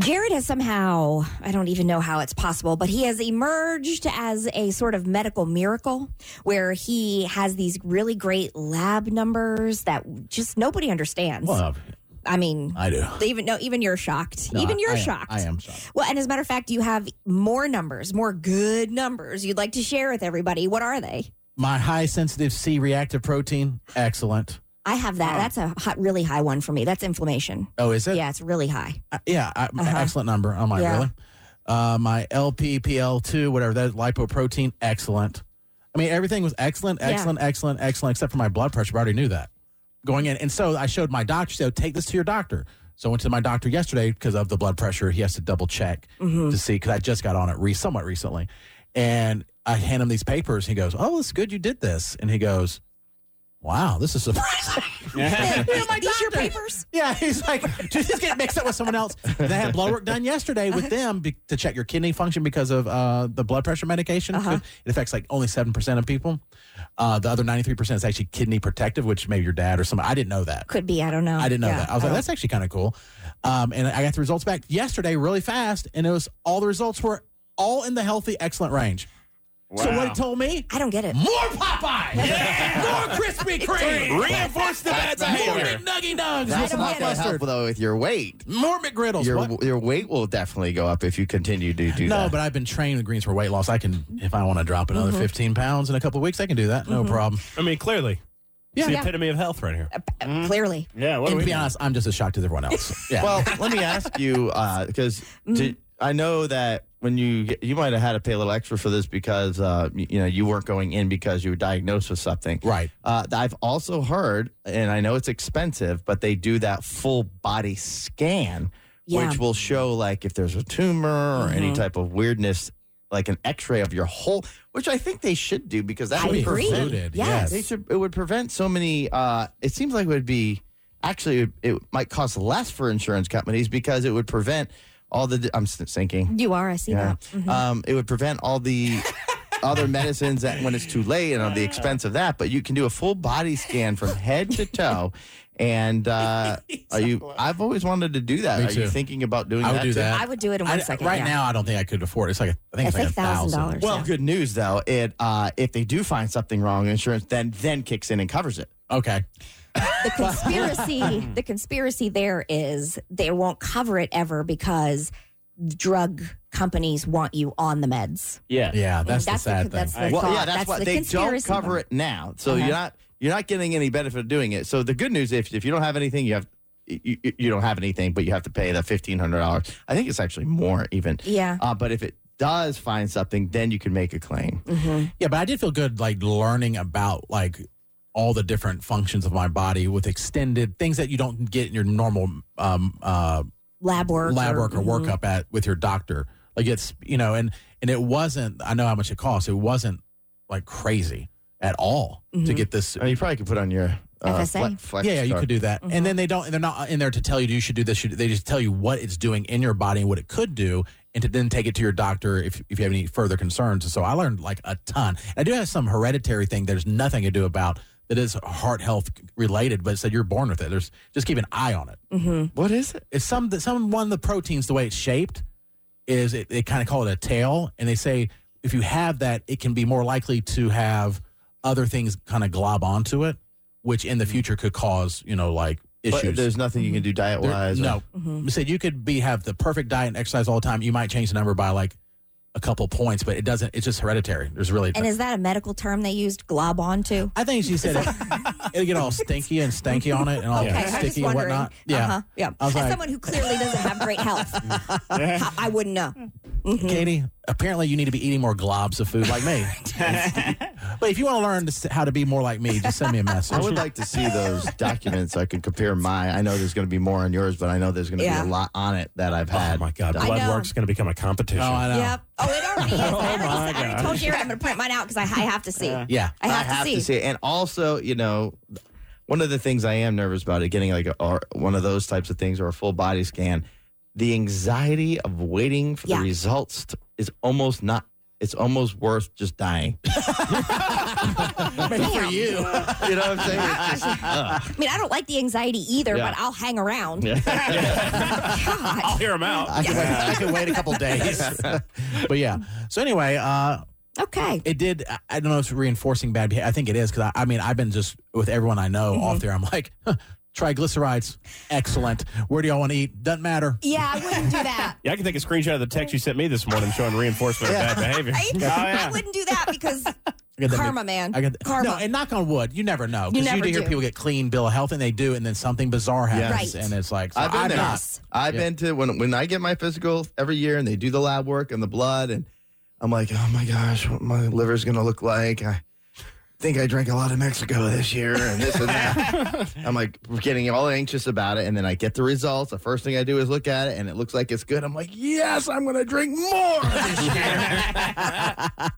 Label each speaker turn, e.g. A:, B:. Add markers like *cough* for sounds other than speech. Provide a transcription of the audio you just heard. A: Jared has somehow, I don't even know how it's possible, but he has emerged as a sort of medical miracle where he has these really great lab numbers that just nobody understands.
B: Well,
A: I mean,
B: I do.
A: they even no, even you're shocked.
B: No,
A: even you're
B: I am-
A: shocked.
B: I am shocked.
A: Well, and as a matter of fact, you have more numbers, more good numbers you'd like to share with everybody. What are they?
B: My high sensitive C reactive protein, excellent.
A: I have that. That's a hot, really high one for me. That's inflammation.
B: Oh, is it?
A: Yeah, it's really high.
B: Uh, yeah, I, excellent number. Oh my,
A: Yeah.
B: really? Uh, my LPPL2, whatever that is, lipoprotein, excellent. I mean, everything was excellent,
A: Yeah.
B: excellent, excellent, excellent, except for my blood pressure. I already knew that going in, and so I showed my doctor. So take this to your doctor. So I went to my doctor yesterday because of the blood pressure. He has to double check
A: Mm-hmm.
B: *laughs* to see because I just got on it re- somewhat recently, and I hand him these papers. He goes, "Oh, it's good you did this," and he goes, "Wow, this is surprising." *laughs*
C: *laughs*
A: These- These your papers?
B: Yeah, he's like, did this get mixed up with someone else? They had blood work done yesterday with them be- to check your kidney function because of uh, the blood pressure medication. It affects like only 7% of people. Uh, the other 93% is actually kidney protective, which maybe your dad or somebody. I didn't know that.
A: Could be. I don't know.
B: I didn't know
A: Yeah, Oh.
B: that. I was like,
A: don't-
B: that's actually kind of cool. Um, and I got the results back yesterday really fast, and it was all the results were all in the healthy, excellent range. So what it told me?
A: I don't get it.
B: More
C: *laughs*
B: Popeye! *laughs* More Krispy Kreme!
C: Reinforce the bad
B: More
C: behavior.
B: McNuggy Nugs! with
D: That's
A: don't get
B: some hot
D: not going
A: it.
D: to help
B: mustard.
D: though with your weight.
B: More McGriddles.
D: Your
B: What?
D: your weight will definitely go up if you continue to do
B: No,
D: that.
B: but I've been trained with greens for weight loss. I can, if I want to drop another 15 pounds in a couple of weeks, I can do that. No problem.
C: I mean, clearly.
B: Yeah.
C: It's the
B: Yeah.
C: epitome of health right here.
B: Mm-hmm.
A: Clearly.
C: Yeah, what
B: and to be honest, I'm just as shocked as everyone else. Yeah.
D: well, *laughs* let me ask you because
A: Mm.
D: I know that when you get- you might have had to pay a little extra for this because uh, you, you know you weren't going in because you were diagnosed with something.
B: Right.
D: Uh, I've also heard, and I know it's expensive, but they do that full body scan,
A: Yeah. Mm-hmm.
D: which will show like if there's a tumor or any type of weirdness, like an X-ray of your whole, which I think they should do because that
A: I
D: would
A: agree.
D: prevent-
B: Included,
A: Yes.
D: they should. It would prevent so many. Uh, it seems like it would be actually it, it might cost less for insurance companies because it would prevent all the. I'm s- sinking.
A: You are. I see
D: Yeah.
A: that. Mhm.
D: Um, it would prevent all the other medicines that when it's too late and on the expense of that. But you can do a full body scan from head to toe. And uh, are you? I've always wanted to do that.
B: Me
D: are you
B: too.
D: thinking about doing
B: I would
D: that?
B: do
D: too?
B: that.
A: I would do it in
B: I-
A: one second.
B: right
A: yeah.
B: now, I don't think I could afford it. It's like, a, I think
A: It's
B: it's,
A: like
B: like a thousand.
A: $1,000.
D: Well,
A: Yeah.
D: good news though. It uh, if they do find something wrong, insurance then then kicks in and covers it.
B: Okay. *laughs*
A: the conspiracy the conspiracy there is they won't cover it ever because drug companies want you on the meds.
C: Yeah.
B: Yeah. That's,
A: That's the
B: the sad
A: con-
B: thing.
A: that's the-
D: well,
A: thought.
D: yeah, that's,
A: That's
D: why
A: the
D: they don't
A: conspiracy
D: cover
A: one.
D: it now. So
A: Uh-huh.
D: you're not you're not getting any benefit of doing it. So the good news, if if you don't have anything, you have you, you- you don't have anything, but you have to pay the fifteen hundred dollars. I think it's actually more even.
A: Yeah.
D: Uh, but if it does find something, then you can make a claim.
B: yeah. But I did feel good, like, learning about, like, all the different functions of my body with extended things that you don't get in your normal um, uh,
A: Lab work. mm-hmm.
B: lab work or workup at with your doctor. Like it's you know, and and it wasn't. I know how much it costs. It wasn't like crazy at all to
A: Mhm.
B: get this.
D: Uh, you probably could put on your uh,
A: FSA.
D: Flex- Flex
B: yeah, yeah, you
D: card.
B: could do that. And then they don't. They're not in there to tell you you should do this. should- They just tell you what it's doing in your body and what it could do, and to then take it to your doctor if if you have any further concerns. And so I learned like a ton. I do have some hereditary thing. There's nothing to do about. That is heart health related, but it said you're born with it. There's just keep an eye on it.
A: hmm
D: What is it?
B: It's some some one of the proteins the way it's shaped is it, they kind of call it a tail and they say if you have that it can be more likely to have other things kind of glob onto it which in the future could cause you know like
D: Mm. But
B: issues
D: there's nothing you can do diet
B: There-
D: wise.
B: no
A: hmm
B: They said you could be have the perfect diet and exercise all the time you might change the number by like a couple points but it doesn't it's just hereditary there's really
A: And is that a medical term they used glob onto?
B: I think
A: *laughs*
B: she said it, it'll get all stinky and stanky on it and all
A: Okay, I was just
B: sticky and
A: wondering.
B: whatnot. Yeah.
A: Uh-huh. yeah.
B: I
A: As
B: was like-
A: someone who clearly doesn't have great
B: *laughs*
A: health, I- I wouldn't know. Mm.
B: Katie, apparently you need to be eating more globs of food
A: *laughs*
B: like me. but if you want to learn to s- how to be more like me, just send me a message.
D: I would like to see those documents so I can compare my. I know there's going to be more on yours, but I know there's going to
A: Yeah.
D: be a lot on it that I've had.
C: Oh, my God.
D: done.
A: I
C: Blood
A: know.
C: work's going to become a competition.
B: oh, I know.
A: Yep. Oh, it already is. I already,
C: my
A: I already
C: gosh.
A: told Jared I'm going to print mine out because I, I have to see.
B: Yeah.
A: I have, to, see.
D: it. And also, you know, one of the things I am nervous about is getting like a, or one of those types of things or a full body scan. The anxiety of waiting for
A: Yeah.
D: the results t- is almost not. it's almost worth just dying.
B: Maybe
A: *laughs*
B: for
A: Damn.
B: *laughs* you.
D: You know what I'm saying? It's just-
A: I mean, I don't like the anxiety either,
D: Yeah.
A: but I'll hang around.
C: I'll
A: *laughs* God.
C: hear him out.
B: I can, wait, I can wait a
D: *laughs*
B: couple days.
A: *laughs*
B: but yeah. So anyway, uh,
A: Okay.
B: it did. I- I don't know if it's reinforcing bad behavior. I think it is because I, I mean, I've been just with everyone I know
A: Mm-hmm.
B: off there. I'm like, huh, triglycerides, excellent. Where do y'all want to eat? Doesn't matter.
A: Yeah, I wouldn't do that.
C: Yeah, I can take a screenshot of the text you sent me this morning showing reinforcement of bad *laughs* behavior.
A: Right?
C: Oh,
A: *laughs* I
C: yeah.
A: wouldn't do that because
B: I get that
A: karma,
B: mi-
A: man.
B: I get that-
A: karma.
B: No, and knock on wood, you never know.
A: You
B: Because you,
A: never
B: do hear
A: do.
B: people get clean bill of health and they do, and then something bizarre
A: Yes.
B: happens.
A: Right.
B: And it's like, so
D: I've been
B: I'm
D: there.
B: not.
D: I've been to when when I get my physical every year and they do the lab work and the blood and I'm like, oh my gosh, what my liver's gonna look like. I think I drank a lot of Mexico this year and this and that. I'm like getting all anxious about it, and then I get the results. The first thing I do is look at it and it looks like it's good. I'm like, yes, I'm gonna drink more.